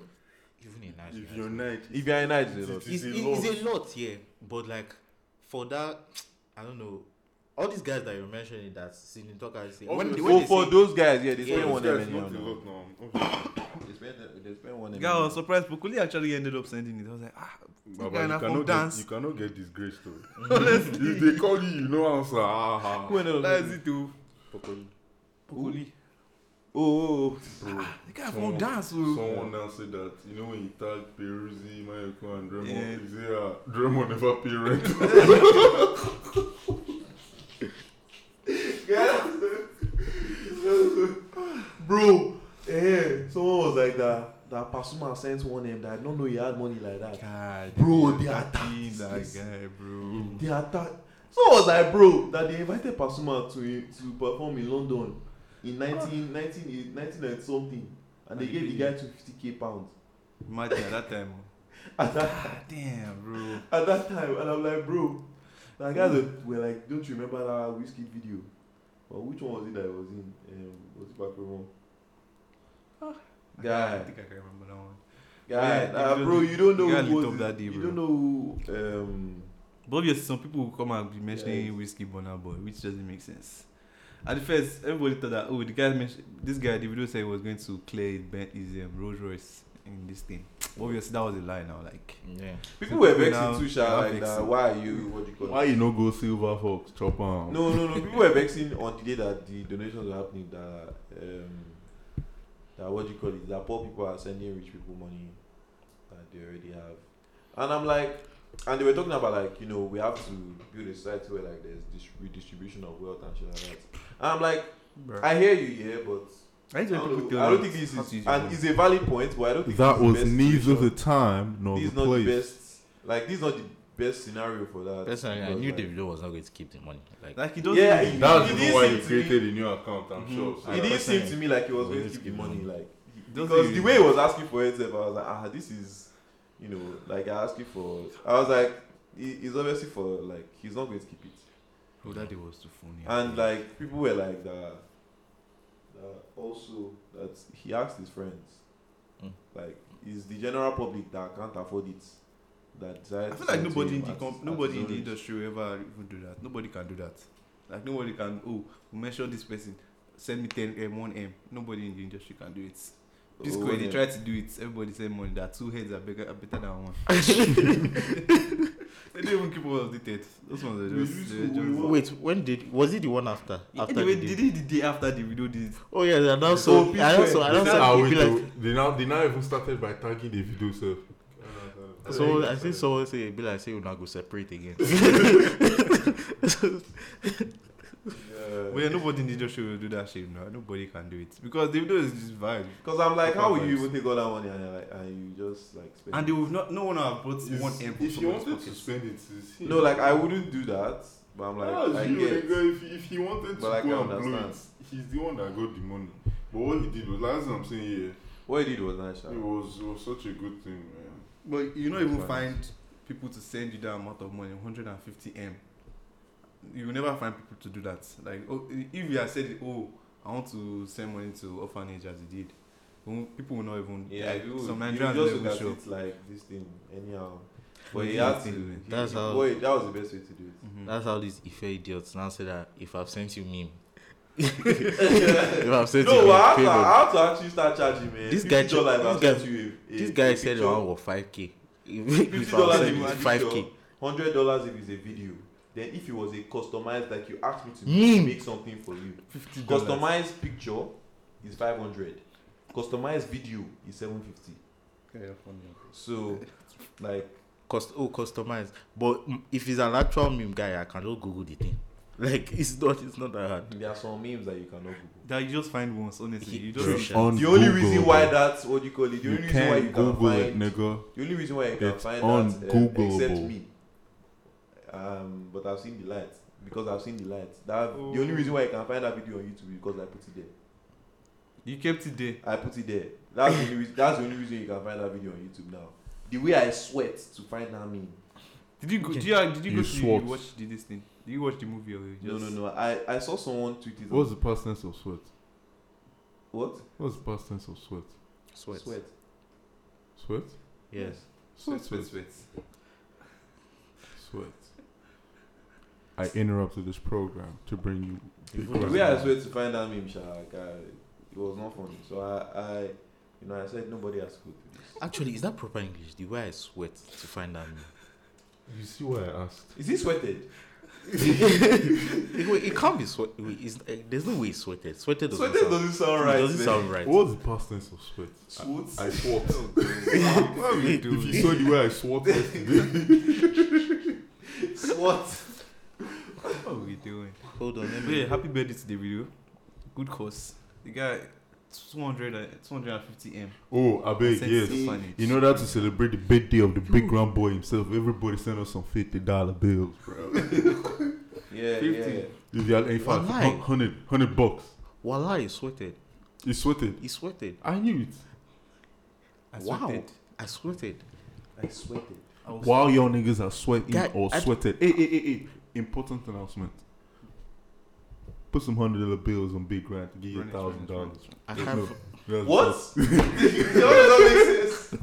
even in Nigeria. If you're in night, If you're in night, it's a lot. it's, it's, it's, it's, a lot. a lot, yeah. But like for that, I don't know. All these guys that you're mentioning that Sidney Tucker is saying, when, Obviously. when Oh, they for say, those guys, yeah, they Yeah, spend those one Guys, M it's anyhow. not a now. lot now. Obviously. They spend they spend one M. Guy, I was anyhow. surprised. Bukuli actually ended up sending it. I was like, ah, Baba, guy na you, from cannot get, dance. you cannot get disgraced though. honestly, if they call you, you know answer. Ah, ah, Who ended up that's winning? it, oh? too. Pukuli. Oh, oh, bro. The guy from Someone- dance, oh. Someone now said that, you know, when you tag Peruzzi, Mayoko, and Dremon, Yeah. you say, uh, Dremon never pay rent. oh. bro. Eh, someone was like that. That Pasuma sent one M. That I don't know he had money like that. God, Bro, dude, they attacked that this. guy, bro. They attacked. Someone was like, bro, that they invited Pasuma to to perform in London in 19, 19, 1990 something, Ah. and they And gave they the guy did two fifty k pounds. Imagine at that time. At that God damn, bro. at that time, and I'm like, bro, that guy that were like, don't you remember that whiskey video? Well, which one was it that I was in? Um, was it Backroom One? I Guy. can't- I think I can remember that one. Guy, Yeah, nah, the bro, video- you don't the know guy who lit was up that it. day, You bro. don't know. who, Um, But obviously, some people will come and be mentioning Yes. whiskey Bonner Boy, which doesn't make sense. At first, everybody thought that oh, the guy mentioned this guy. The video said he was going to clear his, ben- his um, Rolls Royce in this thing. But obviously, that was a lie. Now, like yeah, people were vexing now- too, sha. now Like, that, vexing. why are you? What do you call Why it? you no go Silver Fox, chop am? No, no, no. People were vexing on the day that the donations were happening. That um, that what do you call it? That poor people are sending rich people money that they already have, and I'm like, and they were talking about like you know we have to build a society where like there's this redistribution of wealth and shit like that. And I'm like, I, I hear you, yeah, but I, I don't, know, I don't think this how to use is your and phone. it's a valid point, but I don't think That this is was neither solution. the time nor This is the not place. the best. Like this is not the best scenario for that. personally, I because, knew like, the video was not going to keep the money. Like, like he doesn't. Yeah, even- That's the It is reason why you it to be- created a new account, I'm Mhm. sure. It didn't seem to me like he was Well, going it's to keep the given. money, like he doesn't because the even- way he was asking for it, I was like, ah, this is you know, like I asked you for. I was like, he, he's obviously for like he's not going to keep it. Oh, that day was too funny. And like people were like that. that also, that he asked his friends, Mm. like, is the general public that can't afford it? That I feel like nobody in the comp- nobody in the industry will ever even do that. Nobody can do that. Like nobody can. Oh, we mentioned this person. Send me ten m one m. Nobody in the industry can do it. Pisco, when they tried to do it, everybody said money that two heads are bigger, are better than one. they didn't even keep all of the heads. Those ones are We just. used They were to- just we Wait, when did was it the one after? After anyway, the day? did it the day after the video did. Oh yeah, they announced. So, I also They announced. now- ah, Like, wait, like, though. they now they now even started by tagging the video self. So I think someone say be like say we not go separate again. Well, yeah, nobody in the industry will do that shit, no. Nobody can do it because the video is just vibe. Because I'm like, Proper how will you vibes. even take all that money and, you're like, and you just like spend And they will not. No one have brought Is- one m. from if you somebody's wanted to pocket. spend it, it's him. No, like I wouldn't do that, but I'm like, That was I you, get. nigga. If, if he wanted to But I go can and blow understand. it, he's the one that got the money. But what he did was, that's what I'm saying here. What he did was nice, sha. It was, it was such a good thing, man. But you not even Right. find people to send you that amount of money, 150m. You will never find people to do that. Like, oh, if you had said, oh, I want to send money to orphanage as you did, well, people will not even. Yeah, like, you, some you Nigerians just will look not at show. it like this thing anyhow. What But he do had you to. think? He, That's he- how- boy, that was the best way to do Mhm. That's how these Ife idiots now say that if I've sent you meme, it. if I've sent you no, meme, but I have, to, payment. I have to actually start charging, man. This guy $50 I've ch- sent you a- a- this guy a said picture. one was five k. If $50 I've if sent you it's a five k, picture, Hundred dollars if it's a video. Then if it was a customized, like you asked me to Meme. make something for you. $50. Customized picture is five hundred. Customized video is seven fifty. Kind of funny. So, like, cost oh customized. But mm, if it's an actual meme guy, I can just Google the thing. Like it's not, it's not that hard. there are some memes that you cannot Google. That you just find once, honestly. You just. Bro. The only reason why that's what do you call it. The only reason why you can Google find. it, nigga. The only reason why you can It's find that, uh, except ungoogleable. me. Um, but I've seen the lights because I've seen the lights. That the only Oh. reason why you can find that video on YouTube is because I put it there. You kept it there. I put it there. That's the only reason, that's the only reason you can find that video on YouTube now. The way I sweat to find that meme. Did you go, did you, did you go to You the- swat. you watch the, this thing? Did you watch the movie or you just. No, no, no. I, I saw someone tweet it. What's the past tense of sweat? what? What's the past tense of sweat? Sweat. Sweat. Sweat? Yes. Sweat, sweat, sweat. Sweat. I interrupted this program to bring you. big The Sweat. way I brother. sweat to find that meme, sha, like, I, it was not funny. So I, I, you know, I said nobody has could do this. Actually, is that proper English? The way I sweat to find that meme. You see why I asked? Is he sweated? it, wait, it can't be sweat. wait, it's- eh, there's no way it's sweated. Sweated doesn't sound, Sweated doesn't sound it right. doesn't sound right. What's the past tense of sweat? Sweat. I swat. what are we if doing? you saw the way I swat yesterday, Sweat. What are we doing? Hold on, let But me. yeah, happy birthday to the video. Good cause. The guy, 200, uh, 250M. oh, I beg, Sent yes. to orphanage. In order to celebrate the birthday of the big grand boy himself, everybody send us some fifty dollar bills, bro. Yeah, yeah. 50. If y'all- in fact, Why? hun- hundred, hundred bucks. Wallah, he sweated. He sweated. He sweated. I knew it. I Wow. sweated. I sweated. I sweated. I was While y'all niggas are sweating Guy, or I- sweated, hey, hey, hey, hey, important announcement. Put some hundred dollar bills on Big Grant to give you a running, thousand running, running. dollars. I No, have. that's- What? that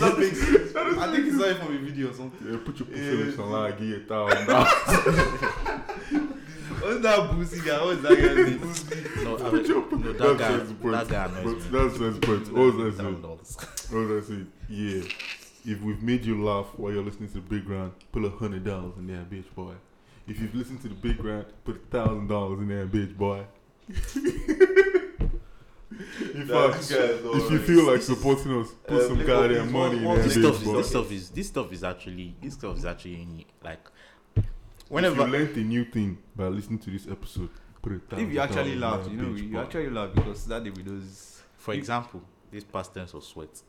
doesn't make sense. That doesn't make sense. I think it's not from a video or something. Yeah, put your Yeah. pussy lips online, give you a thousand dollars. What's that boozy guy? What's that guy's name? No, I, Put your- no that guy. That's just That guy annoys me. But that's that's but all that's Thousand it. dollars. All that's it. Yeah. If we've made you laugh while you're listening to the big round, put a hundred dollars in there, bitch boy. If you've listened to the big round, put a thousand dollars in there, bitch boy. In That fact, guy is if you alright. feel like supporting us, put Uh, some Blake goddamn Hopkins, money in what- there, what- This Big stuff bitch is. boy. This boy. stuff is. This stuff is actually. This stuff is actually in, like. If you Whenever. learned a new thing by listening to this episode, put a thousand. If you actually dollars laughed, in you there, know, bitch you boy. actually laughed because that day videos. For example, this past tense of sweat.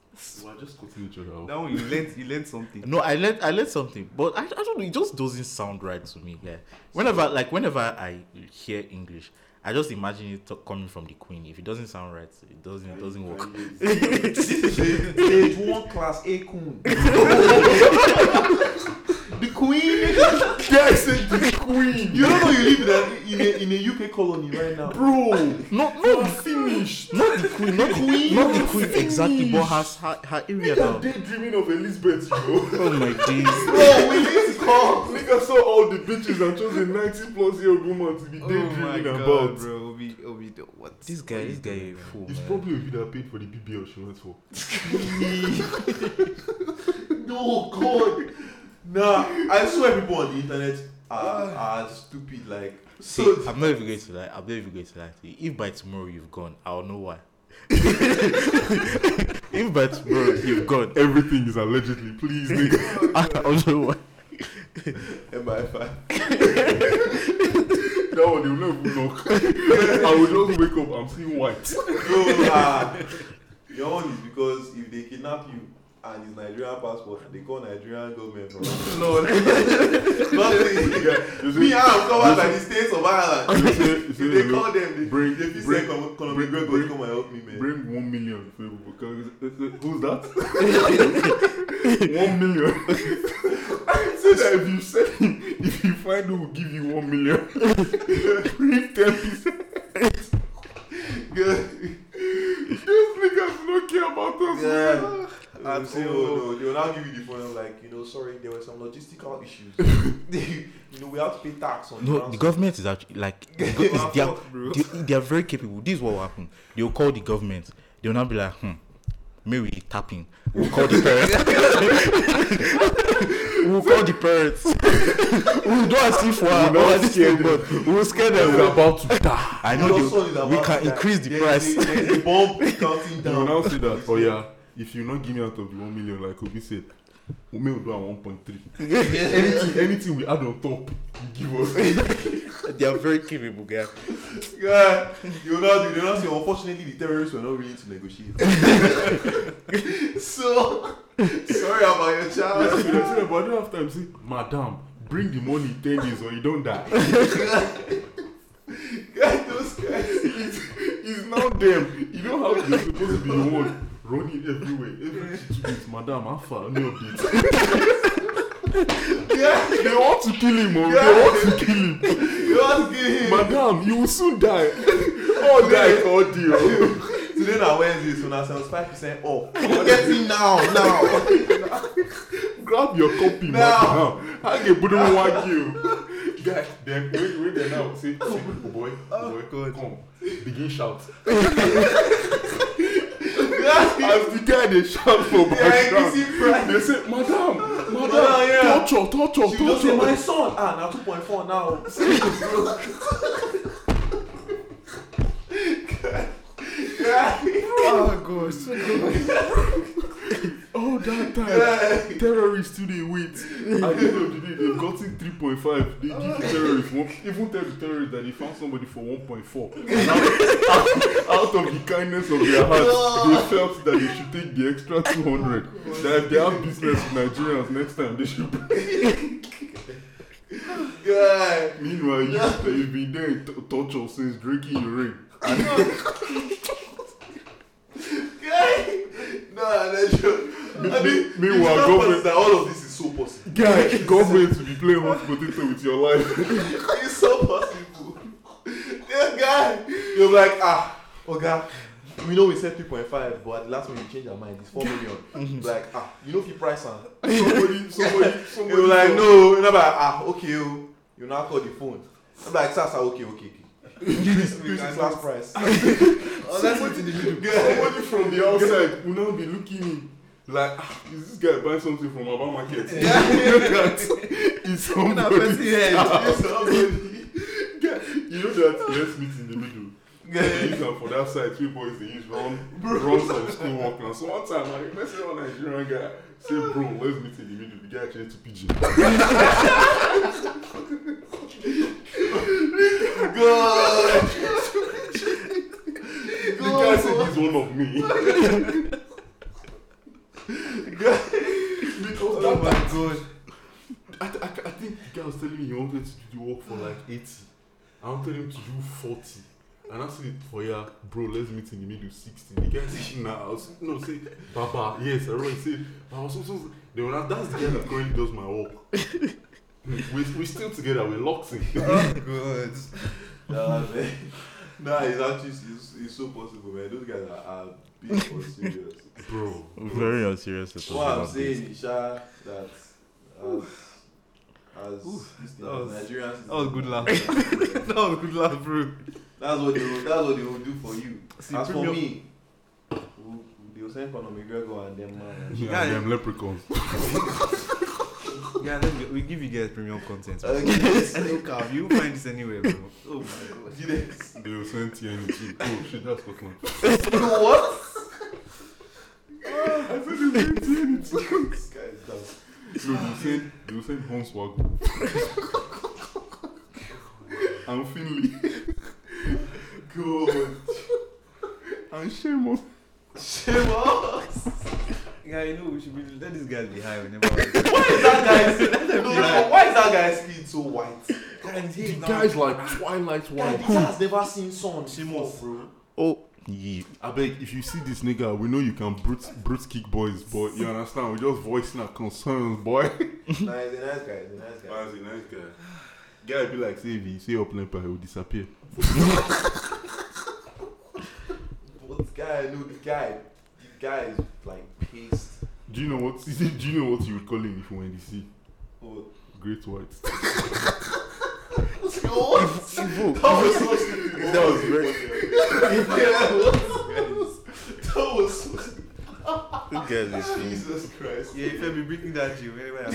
We're just cutting each other off. That one, you learned, you learned something. No, I learned I learned something, but I, I don't know. It just doesn't sound right to me. Yeah. Whenever like whenever I hear English, I just imagine it to- coming from the queen. If it doesn't sound right, it doesn't. It doesn't work. Stage one class A coon. the queen. Guys, the queen. You don't know you live that in a, in a UK colony right now. Bro, No, you no, finished. not the queen. Not the queen. Not the queen Finish. exactly, but her her, her area. Nigga now. daydreaming of Elizabeth, you know. Oh my days. Bro, we need to call. Nigga saw all the bitches and chose a 90 plus year old woman to Oh be daydreaming about. Oh bro. Obi, Obi, what? This guy, this guy, a fool. It's man. probably Obi that paid for the BBL she went for. No God. Nah, I swear people on the internet are, Ah. are stupid. Like See, so. I'm not even going to lie. I'm not even going to lie to you. If by tomorrow you've gone, I'll know why. if by tomorrow you've gone, Everything is allegedly, please, nigga. I'll know why. MI5. that one, they will not even knock. I will just wake up, I'm seeing white. No, ah, your own is because if they kidnap you and it's Nigerian passport, they call Nigerian government. for- No, nothing. Nigga, you see- Me, I'm covered by the states of Ireland. you see- you If see, they you know, call them, they bring- they fit bring- say, "Come, come, bring- McGregor, bring- come and help me, man." Bring one million for people. Who's that? one million. I said that if you sell him, if you find who will give you one million, bring ten percent. this niggas don't care about us. man. Yeah. And say, oh no, they will now give you the phone. I'm like, you know, sorry, there were some logistical issues. you know, we have to pay tax on No, the transport." government is actually like the go- is- they, are, Fuck, they, they are very capable. This is what will happen. They'll call the government. They'll not be like, hmm, maybe we tapping. We'll call the parents. we'll call the parents. we'll do as if we're We'll not all this scare thing, but we'll scare them. We're about to die. I know Your they- son is about we to can die. increase the There price. is a- There is a bomb counting You will now down. say that. Oh yeah, if you not give me out of the one million, like Obi said, we may do at one point three. anything, anything we add on top, you give us. they are very capable, guys. Yeah, you will now, you will now say, unfortunately, the terrorists were not willing to negotiate. so, sorry about your Yes, child. you know, say, but I don't have time. Say, madam, bring the money ten days or you don't die. Guys, those guys. It's now them. You know how you're supposed to be the one running everywhere. Every two weeks, madam, how far? No update. Yeah, They want to kill him, or Yeah. they want to kill him. you want to give him. Madam, you will soon die. Oh, die, God, dear. Today na Wednesday, so na seventy-five percent off. Get him now, now. Grab your copy, Now. madam. I get wouldn't want you. Guys, then wait, wait, then now say, say, oh boy, oh boy, come, begin shout. As the guy they shout for background. increasing price. They say, Madam, Madam, Madam, yeah. torture, torture, You just say my torture. son. Ah, now two point four now. Oh, God, so All that time, terrorists still they wait. At the end of the day, they've gotten 3.5. They give the terrorists one. Even tell the terrorists that they found somebody for 1.4. Now, out of the kindness of their heart, they felt that they should take the extra 200. That if they have business with Nigerians next time, they should Yeah. Meanwhile, you, you've been there in t- torture since drinking urine. Nah, that's true. I mean, meanwhile, it's not government- possible that all of this is so possible. Guy, government to be playing hot potato with your life. It's so possible. Yeah, guy. You're like, ah, Oga, we know we said 3.5, but at the last minute we change our mind. It's 4 Mm-hmm. million. like, ah, you know if you price am. Somebody, somebody, somebody. You're like, no. And I'm like, ah, okay, oh. You now call the phone. I'm like, Sasa, okay, okay, okay. This this is last price. Somebody from the outside will now be looking in like, "Ah, is this guy buying something from Abba Market? You know that it's somebody. Guy, you know that let's meet in the middle. They use am for that side, three boys they use run, run some school work. And so one time, I messaged one Nigerian guy, say, bro, let's meet in the middle. The guy changed to pigeon. God. The guy said he's one of me. because that Oh my god. I, th- I, Hmm. c- I think the guy was telling me he wanted to do the work for like 80. I wanted him to do 40. And I said, oh yeah, bro, let's meet in the middle 60. The guy said, nah, I was, no, say, Baba, yes, I remember he said, I was also, they were not, that's the guy that currently does my work. we, we're still together, we're locked in. good. Oh, nah, man. Nah, it's actually it's, it's so possible, man. Those guys are, are big for serious. bro, Very unserious. to talk what I'm about this. saying, Isha, that as, as this thing, that was- as Nigerians, that was good laugh. that's that was good laugh, bro. what they will, that's what they will do for you. See, as for premium- me, who- they will send Conor McGregor and them uh, man. me Yeah. and them leprechauns. Yeah, let me, we give you guys premium content. bro. Okay. Look, Cav, you find this anywhere, bro. oh my god, yes. They will send TNT. too. Oh shit, that's Scotland. You know what? Ah, I said they will send TNT. this guy is dumb. No, they will send, they will send Hornswoggle. and Finley. Good. And Shemo. Shame on us. Yeah, you know, we should be, let these guys be high whenever. Why is that guy's no, no, why is that guy's skin so white? guys, The guy's like Twilight Guy, White. this has never seen sun before, bro. Oh, ye- I beg, if you see this nigga, we know you can brute, brute kick boys, but you understand, we're just voicing our concerns, boy. Nah, he's a nice guy. He's a nice guy. Man's a nice guy. Guy be like, say if he say up limper, he will disappear. But this guy, no, the guy, the guy is like pissed. Do you know what? Is it, do you know what you would call him if you went to see? What? Great White. what? That was so stupid. That was very- Yeah, what? That was so stupid. who gets this thing? Jesus Christ. Yeah, if I be bringing that to you anywhere I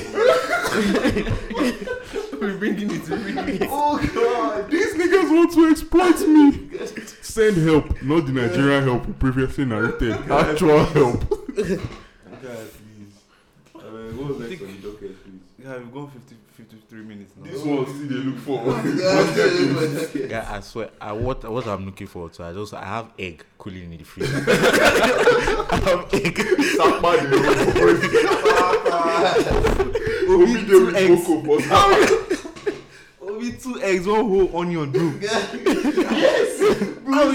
go. We're bringing it, we're bringing it. Oh God. These niggas want to exploit me. Send help, not the Nigerian help we previously narrated. Actual help. Guys, please. I mean, what was next on the docket, please? Yeah, we've gone 50, 53 minutes now. This one see they look for. Guy, I swear, I what what I'm looking for. So I just I have egg cooling in the fridge. I have egg. Obi two dey eggs. with Boko, but Only two eggs, one whole onion, bro. Bro, this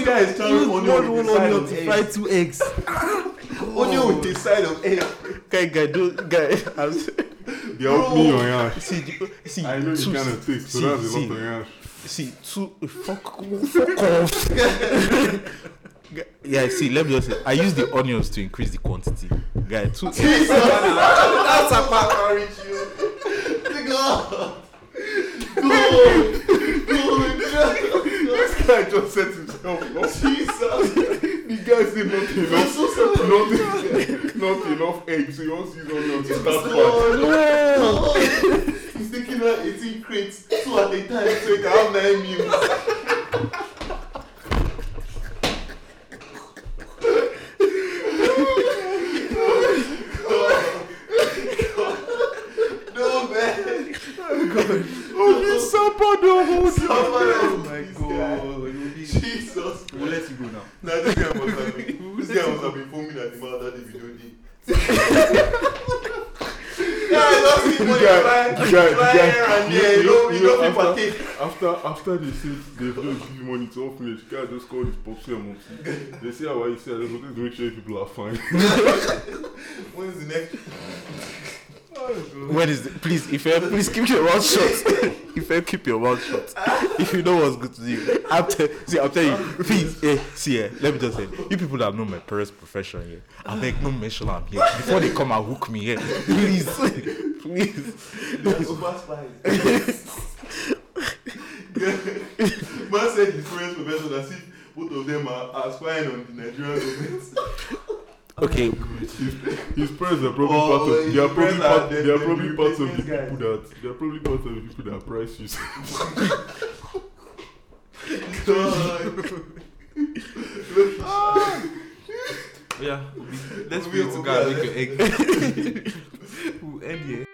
guy is Use trying one onion with whole the side onion of to egg. fry two eggs. Onion with the side of egg. Guy, guy, do guy. I'm, they help me on yash. see, the- see, I know you two, kind of taste, so see, that's a see. lot of yash. see, two. Fuck, fuck off. Guy, yeah, see, let me just say, I use the onions to increase the quantity. Guy, two eggs. That's a package, you. God. Good. Good. This guy just set himself up. Jesus. The guy said not I'm enough, so sorry. not, not enough eggs, so you want to use onions to start fight. God. God. He's taking out 18 crates, two at a time, so he can have nine meals. No, man. Oh, Oh, Oh my this god. guy. Jesus. We'll let you go now. Nah, this guy must have been. This guy must have been foaming at the mouth that day we don't need. Guys, that's it. The Boy, guy, fly, the guy, the fly here guy. and you- there. You you- know, you you know, know, people after- take. After after they say they've not give you money to orphanage, the guy just called his pops and mom. They say how are you say I just wanted to make sure people are fine. When's the next? When is the, please, if you please keep your mouth shut. If you keep your mouth shut, if you know what's good to you, I'm tell, see, I'm telling you, please, eh, see, eh, let me just say, you people that know my parents' profession here, I beg no mention I'm here before they come and hook me here. Please, please. Super spies. Man said his friends profession as if both of them are, are spying on the Nigerian government. Okay, His, his parents are probably Oh, part of. They are his probably parents are part. They are probably definitely part of the people business guys. that. They are probably part of the people that price you. Yeah, let's Obi, bring to Obi, guy Alex. make your egg. we'll end here.